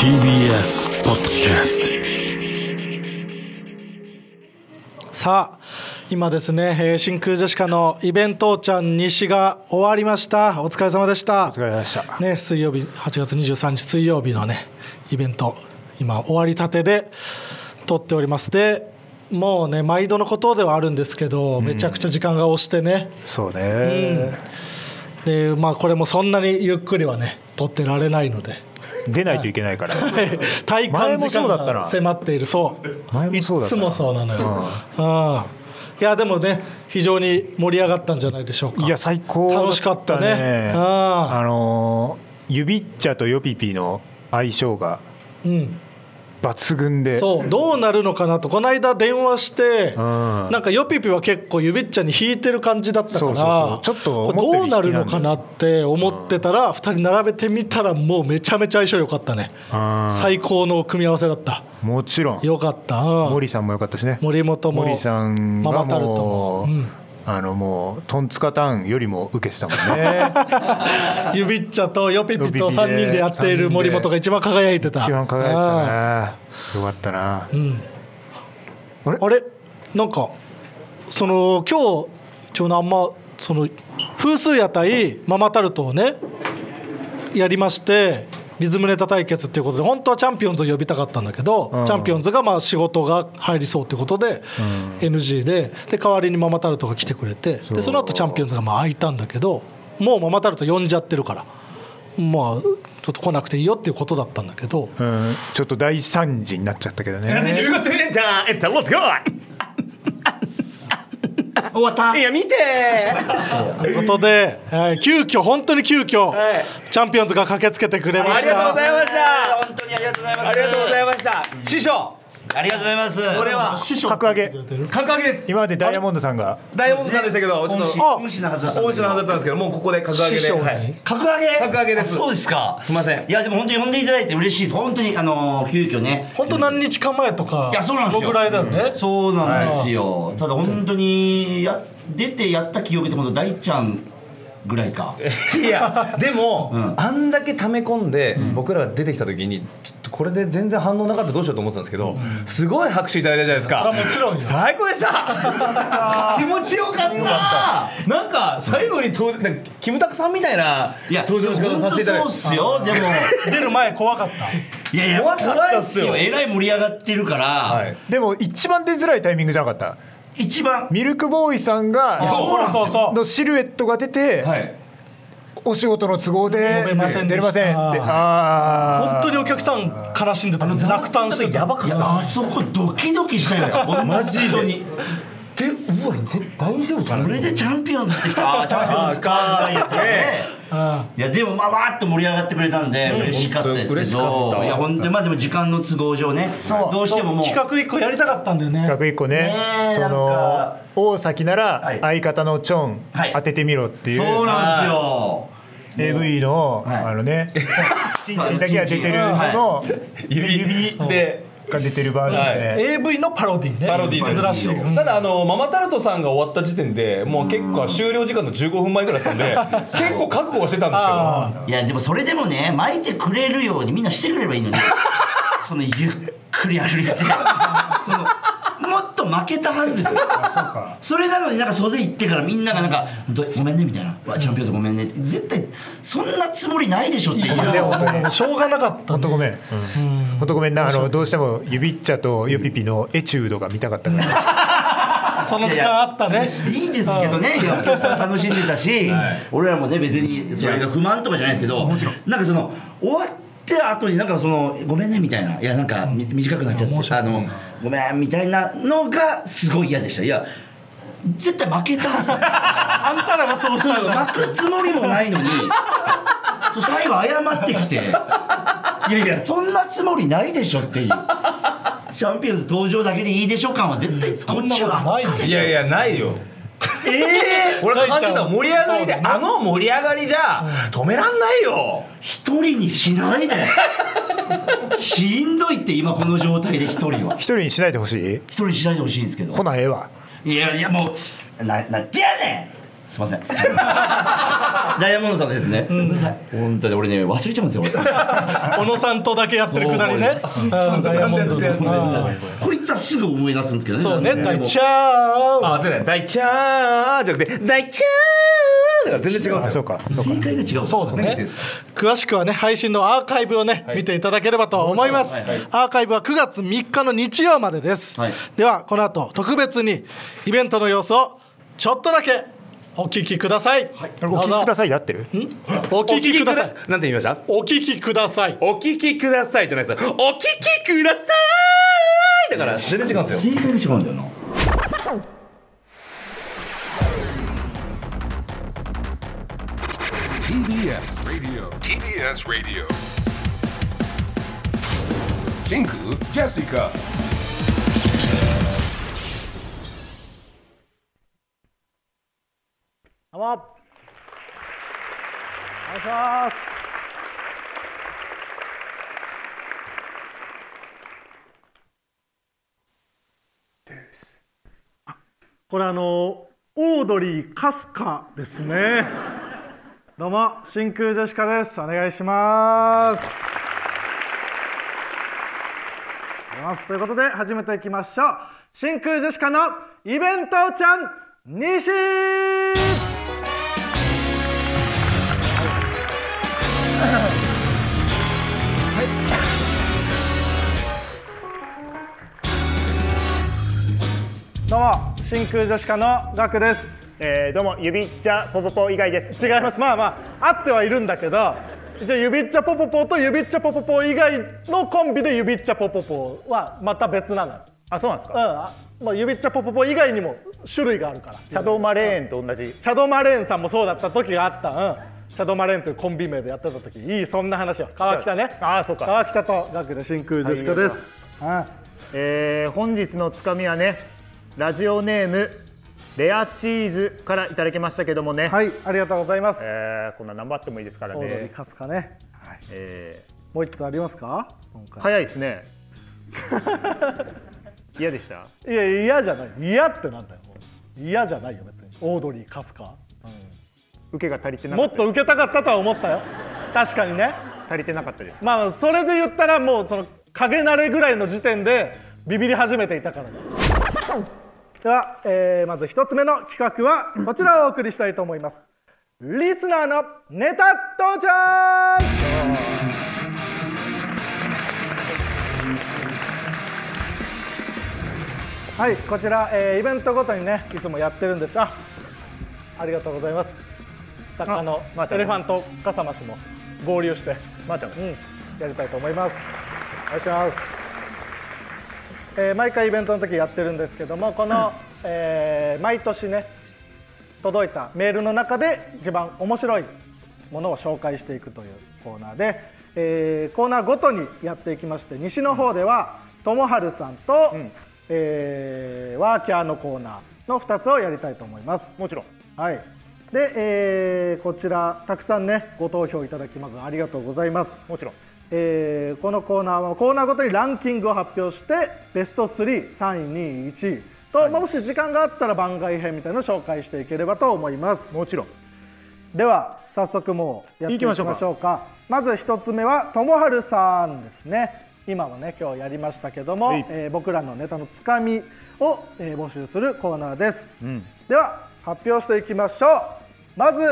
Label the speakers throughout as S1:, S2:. S1: TBS ポッドキャスト
S2: さあ今ですね、えー真空ジェシカのイベントーちゃん西が終わりましたお疲れ様でした
S3: お疲れ様でした
S2: ね、水曜日8月23日水曜日のねイベント今終わりたてで撮っておりますでもうね毎度のことではあるんですけど、めちゃくちゃ時間が押してね
S3: そうね、
S2: でまあこれもそんなにゆっくりはね撮ってられないので
S3: 出ないといけな いから、
S2: 体感時
S3: 前もそ
S2: 間
S3: うだった
S2: が
S3: な
S2: 迫っているそう
S3: 前もそうだ
S2: い
S3: っ
S2: つ
S3: たな
S2: もそうなのよ、うんいやでもね非常に盛り上がったんじゃないでしょうか
S3: いや最高
S2: 楽しかったね
S3: だね
S2: うん
S3: あのーユビッチャとヨピピの相性が
S2: うん
S3: 抜群で
S2: そうどうなるのかなとこの間電話して、
S3: ん
S2: なんかヨピピは結構ゆびっちゃんに引いてる感じだったから
S3: そうそうそうちょっと思
S2: こ
S3: ったよ
S2: れ
S3: り
S2: どうなるの
S3: 引きな
S2: か
S3: んだ
S2: な
S3: よ
S2: って思ってたら、二2人並べてみたらもうめちゃめちゃ相性良かったね、
S3: うん
S2: 最高の組み合わせだった
S3: もちろん
S2: 良かった、うん
S3: 森さんも良かったしね
S2: 森本も
S3: 森さん
S2: マ
S3: が
S2: マタルトも
S3: もう、あのもうトンツカタンよりも受けてたもん ね
S2: ゆびっちゃとヨピピと3人でやっている森本が一番輝いてた
S3: 一番輝いてたねよかったな、あれ
S2: あれなんかその今日ちょうどあんまその風水屋対ママタルトをねやりましてリズムネタ対決っていうことで本当はチャンピオンズを呼びたかったんだけど、
S3: うん
S2: チャンピオンズがまあ仕事が入りそうということで、NG でで代わりにママタルトが来てくれてそでその後チャンピオンズがまあ空いたんだけどもうママタルト呼んじゃってるからまあちょっと来なくていいよっていうことだったんだけど
S3: うん、ちょっと大惨事になっちゃったけどね
S4: 分トレーダーえっと、レッツゴー
S2: 終わった
S4: いや、見て
S2: ということで、はい急遽本当に急遽、
S4: はい
S2: チャンピオンズが駆けつけてくれま
S4: あ
S2: し
S4: りがとうご
S2: た
S4: ざいました
S5: 本当にありがとうございます
S4: ありがとうございました師匠
S5: ありがとうございます
S4: これは
S2: 師匠
S3: 格上げ
S4: 格上げです
S3: 今までダイヤモンドさんが
S4: ダイヤモンドさんでしたけどちょっと
S5: 無視なはずだった
S4: 大内のはずだったんですけどもうここで格上げで
S2: 師匠に
S4: はい
S5: 格上げ
S4: 格上げです
S5: あそうですか
S4: すいません
S5: いやでも本当に呼んでいただいて嬉しいです本当にあのー急遽ね
S2: 本当何日か前とか
S5: いやそうなんですよ
S2: のぐらいだよね、
S5: そうなんですよただ本当にや出てやった記憶ってほんと大ちゃんぐらいか
S4: いやでも、
S5: うん
S6: あんだけ溜め込んで、僕らが出てきた時にちょっとこれで全然反応なかったらどうしようと思ってたんですけど、すごい拍手いただいたじゃないですか
S2: それはもちろんよ
S6: 最高でした気持ちよかった
S4: なんか最後に登場なんかキムタクさんみたいない
S5: や
S4: 登場の仕方させていただい
S5: 本当
S4: て
S5: そうっすよでも
S2: 出る前怖かった
S5: いやいや
S6: 怖かったっすよ
S5: 怖いえらい盛り上がってるから、
S6: はい
S3: でも一番出づらいタイミングじゃなかった
S5: 一番
S3: ミルクボーイさんが
S2: そうそうそう
S3: のシルエットが出て、
S6: はい
S3: お仕事の都合で
S2: 出れませんでした
S3: 出れませんって
S2: 本
S3: あー
S2: 当にお客さん悲しんでた落胆してた
S6: やばか
S5: い
S6: っ
S5: や
S6: た
S5: あそこドキドキしたよ本当に
S6: てうわ絶対大丈夫か
S5: これでチャンピオンズってきたあーチャンピオンズかーみたいなやつねいやでもまあわーっと盛り上がってくれたんで嬉しかったで
S6: 本
S5: すけ
S6: 当嬉しかっ
S5: ど
S6: た
S5: いや本当にまあでも時間の都合上ねどうしてももう
S2: 企画一個やりたかったんだよね
S3: 企画一個ね
S5: ねえ
S3: そ
S5: なん
S3: の
S5: か
S3: 大崎な
S5: は
S3: ら
S5: い
S3: 相方のチョン
S5: はい
S3: 当ててみろっていう、
S5: そうなんですよ
S3: AV の、
S5: はい
S3: あのねチンチンだけが出てるのの、指指
S6: で
S3: が出てるバージョンで、
S2: AV のパロディね
S6: パロディで
S2: 珍しい、うん
S6: ただあのママタルトさんが終わった時点でもう結構終了時間の15分前ぐらいだったんで結構覚悟はしてたんですけど
S2: あ
S5: いやでもそれでもね巻いてくれるようにみんなしてくれればいい のにそのゆっくり歩いてそのもっと負けたはずですよそれなのになんか袖行ってからみんながなんか「本当ごめんね」みたいなうわ「チャンピオンズごめんね」って絶対そんなつもりないでしょっていう
S2: ーいやもうしょうがなかった
S3: 本当ごめん、本当ごめんなあのどうしても指っちゃとヨピピのエチュードが見たかったから、
S2: その時間あったね
S5: いいですけどね、いやお客さん楽しんでた し、俺らもね、別にそれが不満とかじゃないですけど、なんかその、終わって後に、なんかその、ごめんねみたいな、いや、なんかみ短くなっちゃって、あの、ごめんみたいなのが、すごい嫌でした。いや絶対負けたはず あんたらがそうしたの負くつもりもないのにそう最後謝ってきていやいやそんなつもりないでしょっていうチャンピオンズ登場だけでいいでしょ感は絶対こっちはあったでしょ
S6: いやいやないよ
S5: ええ
S6: 俺感じたのは盛り上がりであの盛り上がりじゃ止めらんないよ
S5: 一人にしないでしんどいって今この状態で一人は
S3: 一人にしないでほしい
S5: 一人にしないでほしいんですけど
S3: ほなええわ
S5: いやいやもうななんてやねんすいませんダイヤモンドさんのやつね、うん、本当に俺ね忘れちゃうんですよ俺
S2: 小野さんとだけやってるくだりねうんダイヤモンドのうん
S5: こいつはすぐ思い出すんですけどね
S2: そうね
S5: なんか
S2: 大ち
S5: も
S2: ゃん
S6: あ、全然、大ちゃーんじゃなくて、大ちゃーんだから全然違うん
S3: あ
S6: です
S3: そ
S6: よ。
S3: うか
S5: う正解が違う
S2: そうだね詳しくはね配信のアーカイブをね、見ていただければと思います、
S5: はいはい
S2: アーカイブは9月3日の日曜までです、
S5: はい
S2: ではこの後特別にイベントの様子をちょっとだけお聞きください、
S3: お聞きくださいやってる
S2: お聞きください
S6: なんて言いました
S2: お聞きください
S6: お聞きくださいじゃないですよ。お聞きくださいだから、全然違うんですよ。
S5: 正解が違うんだよな
S7: ラジオ TBS Radio 真空ジェシカ
S2: どうもお願いしますこれあのオードリーカスカですねどうも真空ジェシカですお願いしますお願いしますということで始めていきましょう真空ジェシカのイベントちゃん西どうも真空ジェシカのガクです、
S8: えー、どうも指っちゃぽぽぽ以外です
S2: 違いますまあまあ合ってはいるんだけどじゃあ指っちゃポポポと指っちゃポポポ以外のコンビで指っちゃポポポはまた別なのよ
S8: あそうなんです
S2: うん
S8: か
S2: あまあ、指っちゃポポポ以外にも種類があるから
S8: チャドマレーンと同じ
S2: チャドマレーンさんもそうだった時があった、うん、チャドマレーンというコンビ名でやってた時いいそんな話は川北ね
S8: ああそうか
S2: 川北とガクで真空ジェシカです、
S8: えー、本日のつかみはねラジオネームレアチーズからいただきましたけどもね、
S2: はいありがとうございます、
S8: えー、こんな何番あってもいいですから
S2: オードリー
S8: ね、
S2: カスカね、はい
S8: え
S2: もう一つありますか今回
S8: ー、早いですね 嫌でした
S2: いや嫌じゃない嫌ってなんだよもう嫌じゃないよ別にオードリー春日
S8: 受けが足りてなか
S2: も
S8: っ
S2: ったと受けたかったとは思ったよ確かにね
S8: 足りてなかったです
S2: まあそれで言ったらもうその影慣れぐらいの時点でビビり始めていたからねでは、えーまず一つ目の企画はこちらをお送りしたいと思いますリスナーのネタ到着はい、こちら、えーイベントごとにね、いつもやってるんです。あ、ありがとうございます。作家の
S8: まーちゃ
S2: エ
S8: ん
S2: レファント笠間氏も合流して、まーちゃん、うん、やりたいと思います。お願いします。えー毎回イベントの時やってるんですけども、この、えー毎年ね、届いたメールの中で一番面白いものを紹介していくというコーナーで、えーコーナーごとにやっていきまして西の方ではともはるさんと、えーワーキャーのコーナーの2つをやりたいと思います。
S8: もちろん
S2: はいで、えーこちらたくさんねご投票いただきますありがとうございます
S8: もちろん
S2: えーこのコーナーはコーナーごとにランキングを発表してベスト33位2位1位と、もし時間があったら番外編みたいなのを紹介していければと思います
S8: もちろん
S2: では早速もうやっていきましょうか
S8: 行きましょ
S2: まず一つ目はともはるさんですね今もね今日やりましたけども、
S8: はい
S2: えー僕らのネタのつかみを、えー募集するコーナーです、では発表していきましょうまず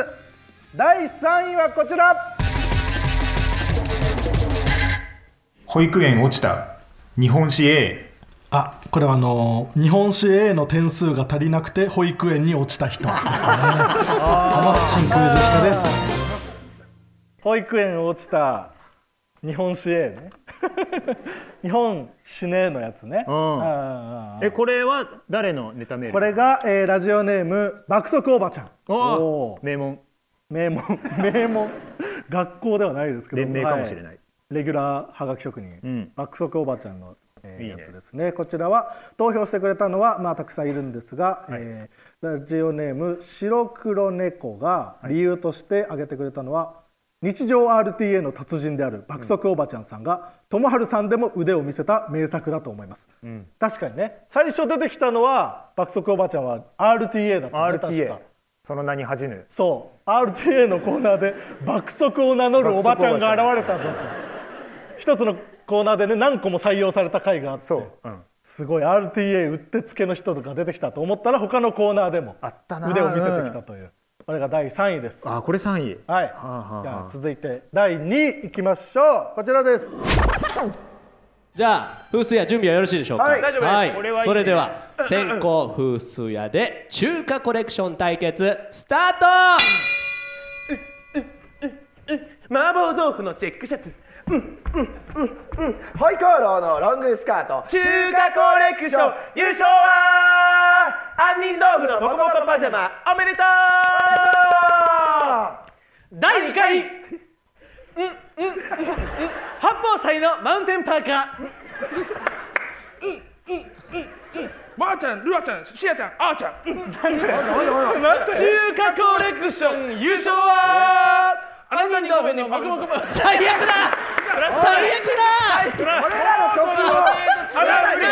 S2: 第3位はこちら
S3: 保育園落ちた日本史 A
S2: あこれはあの日本史 A の点数が足りなくて保育園に落ちた人ですね真空ジェシカです保育園落ちた日本史 A ね 日本史ねのやつね、
S8: ん
S2: あー
S8: えこれは誰のネタメール
S2: これが、えーラジオネーム爆速おばちゃん
S8: あ
S2: お
S8: ー
S2: ー
S8: 名門
S2: 名門名門 学校ではないですけど
S8: 連名かもしれない
S2: レギュラーはがき職人、
S8: ん
S2: 爆速おばちゃんの、えー
S8: いいね
S2: やつですねこちらは投票してくれたのはまあたくさんいるんですが、えーラジオネーム白黒猫が理由として挙げてくれたのは、日常 RTA の達人である爆速おばちゃんさんが友春、さんでも腕を見せた名作だと思います、確かにね最初出てきたのは爆速おばちゃんは RTA だったね
S8: RTA
S2: 確か
S8: その名に恥じぬ
S9: そう RTA のコーナーで爆速を名乗るおばちゃんが現れたぞと一つのコーナーでね何個も採用された回があって
S8: そう、うん、
S9: すごい RTA うってつけの人とか出てきたと思ったら他のコーナーでも
S8: あったな
S9: 腕を見せてきたという、これが第3位です
S8: あこれ3位
S9: はい、
S8: あはあ
S9: じゃあ続いて第2位いきましょうこちらです
S10: じゃあ風水屋準備はよろしいでしょうかはい
S8: 大丈夫ですこれはいいね
S10: それでは先行風水屋で中華コレクション対決スタート
S9: 麻婆豆腐のチェックシャツ
S8: ハイカラーのロングスカート
S9: 中華コレクション優勝は杏仁豆腐のモコモコパジャマおめでとう第2回うんうんうん八宝菜のマウンテンパーカー
S7: まーちゃん、ルアちゃん、シアちゃん、あーちゃん。
S9: 中華コレクション優勝は杏仁豆腐のモコモコパジャマ最悪だ
S10: 最悪だ何や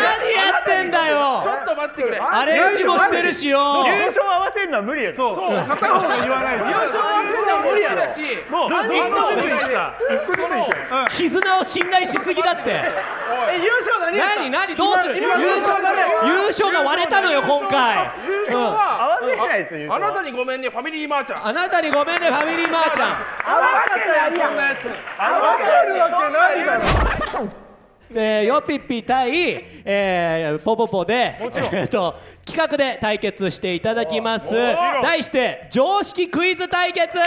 S10: ってんだよ
S7: ちょっと待ってくれ。
S10: アレンジもしてるしよ
S8: 優勝合わせるのは無理やそう
S9: 優勝はそんな無理やろ
S7: し、
S9: もう杏仁豆腐いいから
S10: 絆を信頼しすぎだって
S9: え優勝何やった
S10: 何何どうする
S9: 今優勝誰
S10: 優勝が割れたのよ今回
S7: 優勝
S8: 合
S7: は、
S8: わせないでしょ優
S7: あ
S8: 勝
S7: なたにごめんね、ファミリーマーちゃん。
S10: あなたにごめんねファミリーマーちゃん
S9: 合わなかったよそんなやつ
S10: えー、ヨピッピ対、えー、ポポポで、えー、と企画で対決していただきます題して常識クイズ対決さ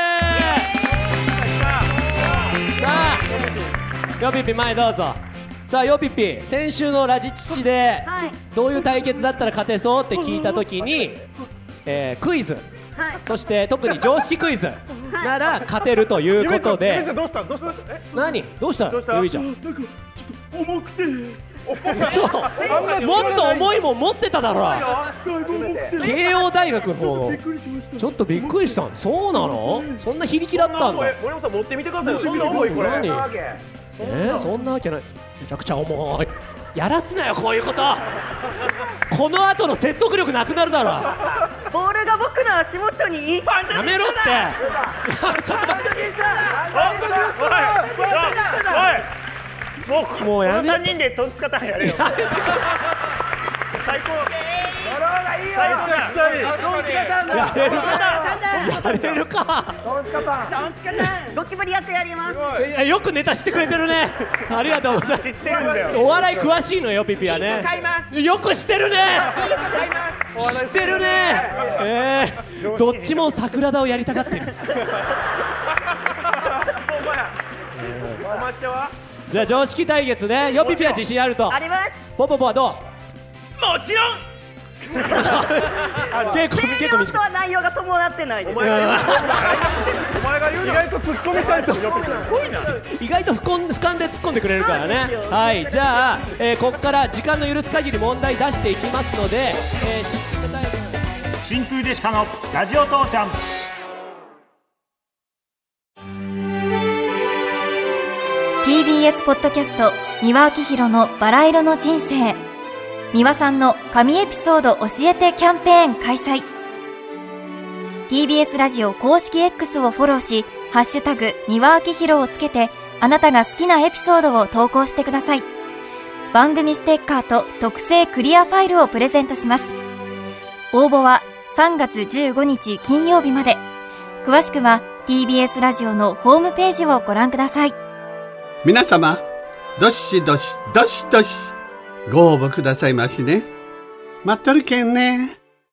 S10: あヨピッピ前どうぞさあヨピッピ先週のラジチチで、
S11: はい
S10: どういう対決だったら勝てそうって聞いた時に、えー、クイズ
S11: はい
S10: そして特に常識クイズなら勝てるということ で
S9: ゆめちゃんどうしたどうした
S10: 何どうした
S9: どうした
S10: ゆいちゃん
S9: なんかちょっと重くて
S10: そうもっと重いもん持ってただろ
S9: だいぶ重くて
S10: 慶応大学の方
S9: びっくりしました
S10: ちょっとびっくりしたそうなのそんな非力だったんだ
S9: 森本さん持ってみてくださいよそんな重いこれ
S10: 何えーそんなわけないめちゃくちゃ重いやらすなよこういうことこの後の説得力なくなるだろ
S11: ボールが僕の足元に
S10: やめろってやめちょっと待ってもうやめ
S8: 3人でトンツカタンやれよ最高最高
S10: やれるかやれるか
S11: ゴキブリ役やります
S10: いやよくネタ知ってくれてるねありがとうございます
S8: 知ってるんだよ
S10: お笑い詳しいのよピピはねよく知ってるね知ってるねえーどっちも桜田をやりたがってるじゃあ常識対決ねよピピは自信あると
S11: あります
S10: ポポポはどう
S9: もちろん
S10: 結構
S11: 声
S10: 結構
S11: 量と
S10: 短い
S11: は内容が伴ってないです
S10: 意外と俯瞰俯瞰で突っ込んでくれるからねはいじゃあ、えーここから時間の許す限り問題出していきますので、えー、知ってたい
S8: 真空デシカのラジオ父ちゃん
S11: ポッドキャスト三輪明宏のバラ色の人生三輪さんの神エピソード教えてキャンペーン開催 TBS ラジオ公式 X をフォローし「ハッシュタグ三輪明宏」をつけてあなたが好きなエピソードを投稿してください番組ステッカーと特製クリアファイルをプレゼントします応募は3月15日金曜日まで詳しくは TBS ラジオのホームページをご覧ください
S1: 皆様、どしどし、どしどし、ご応募くださいましね。待っとるけんね。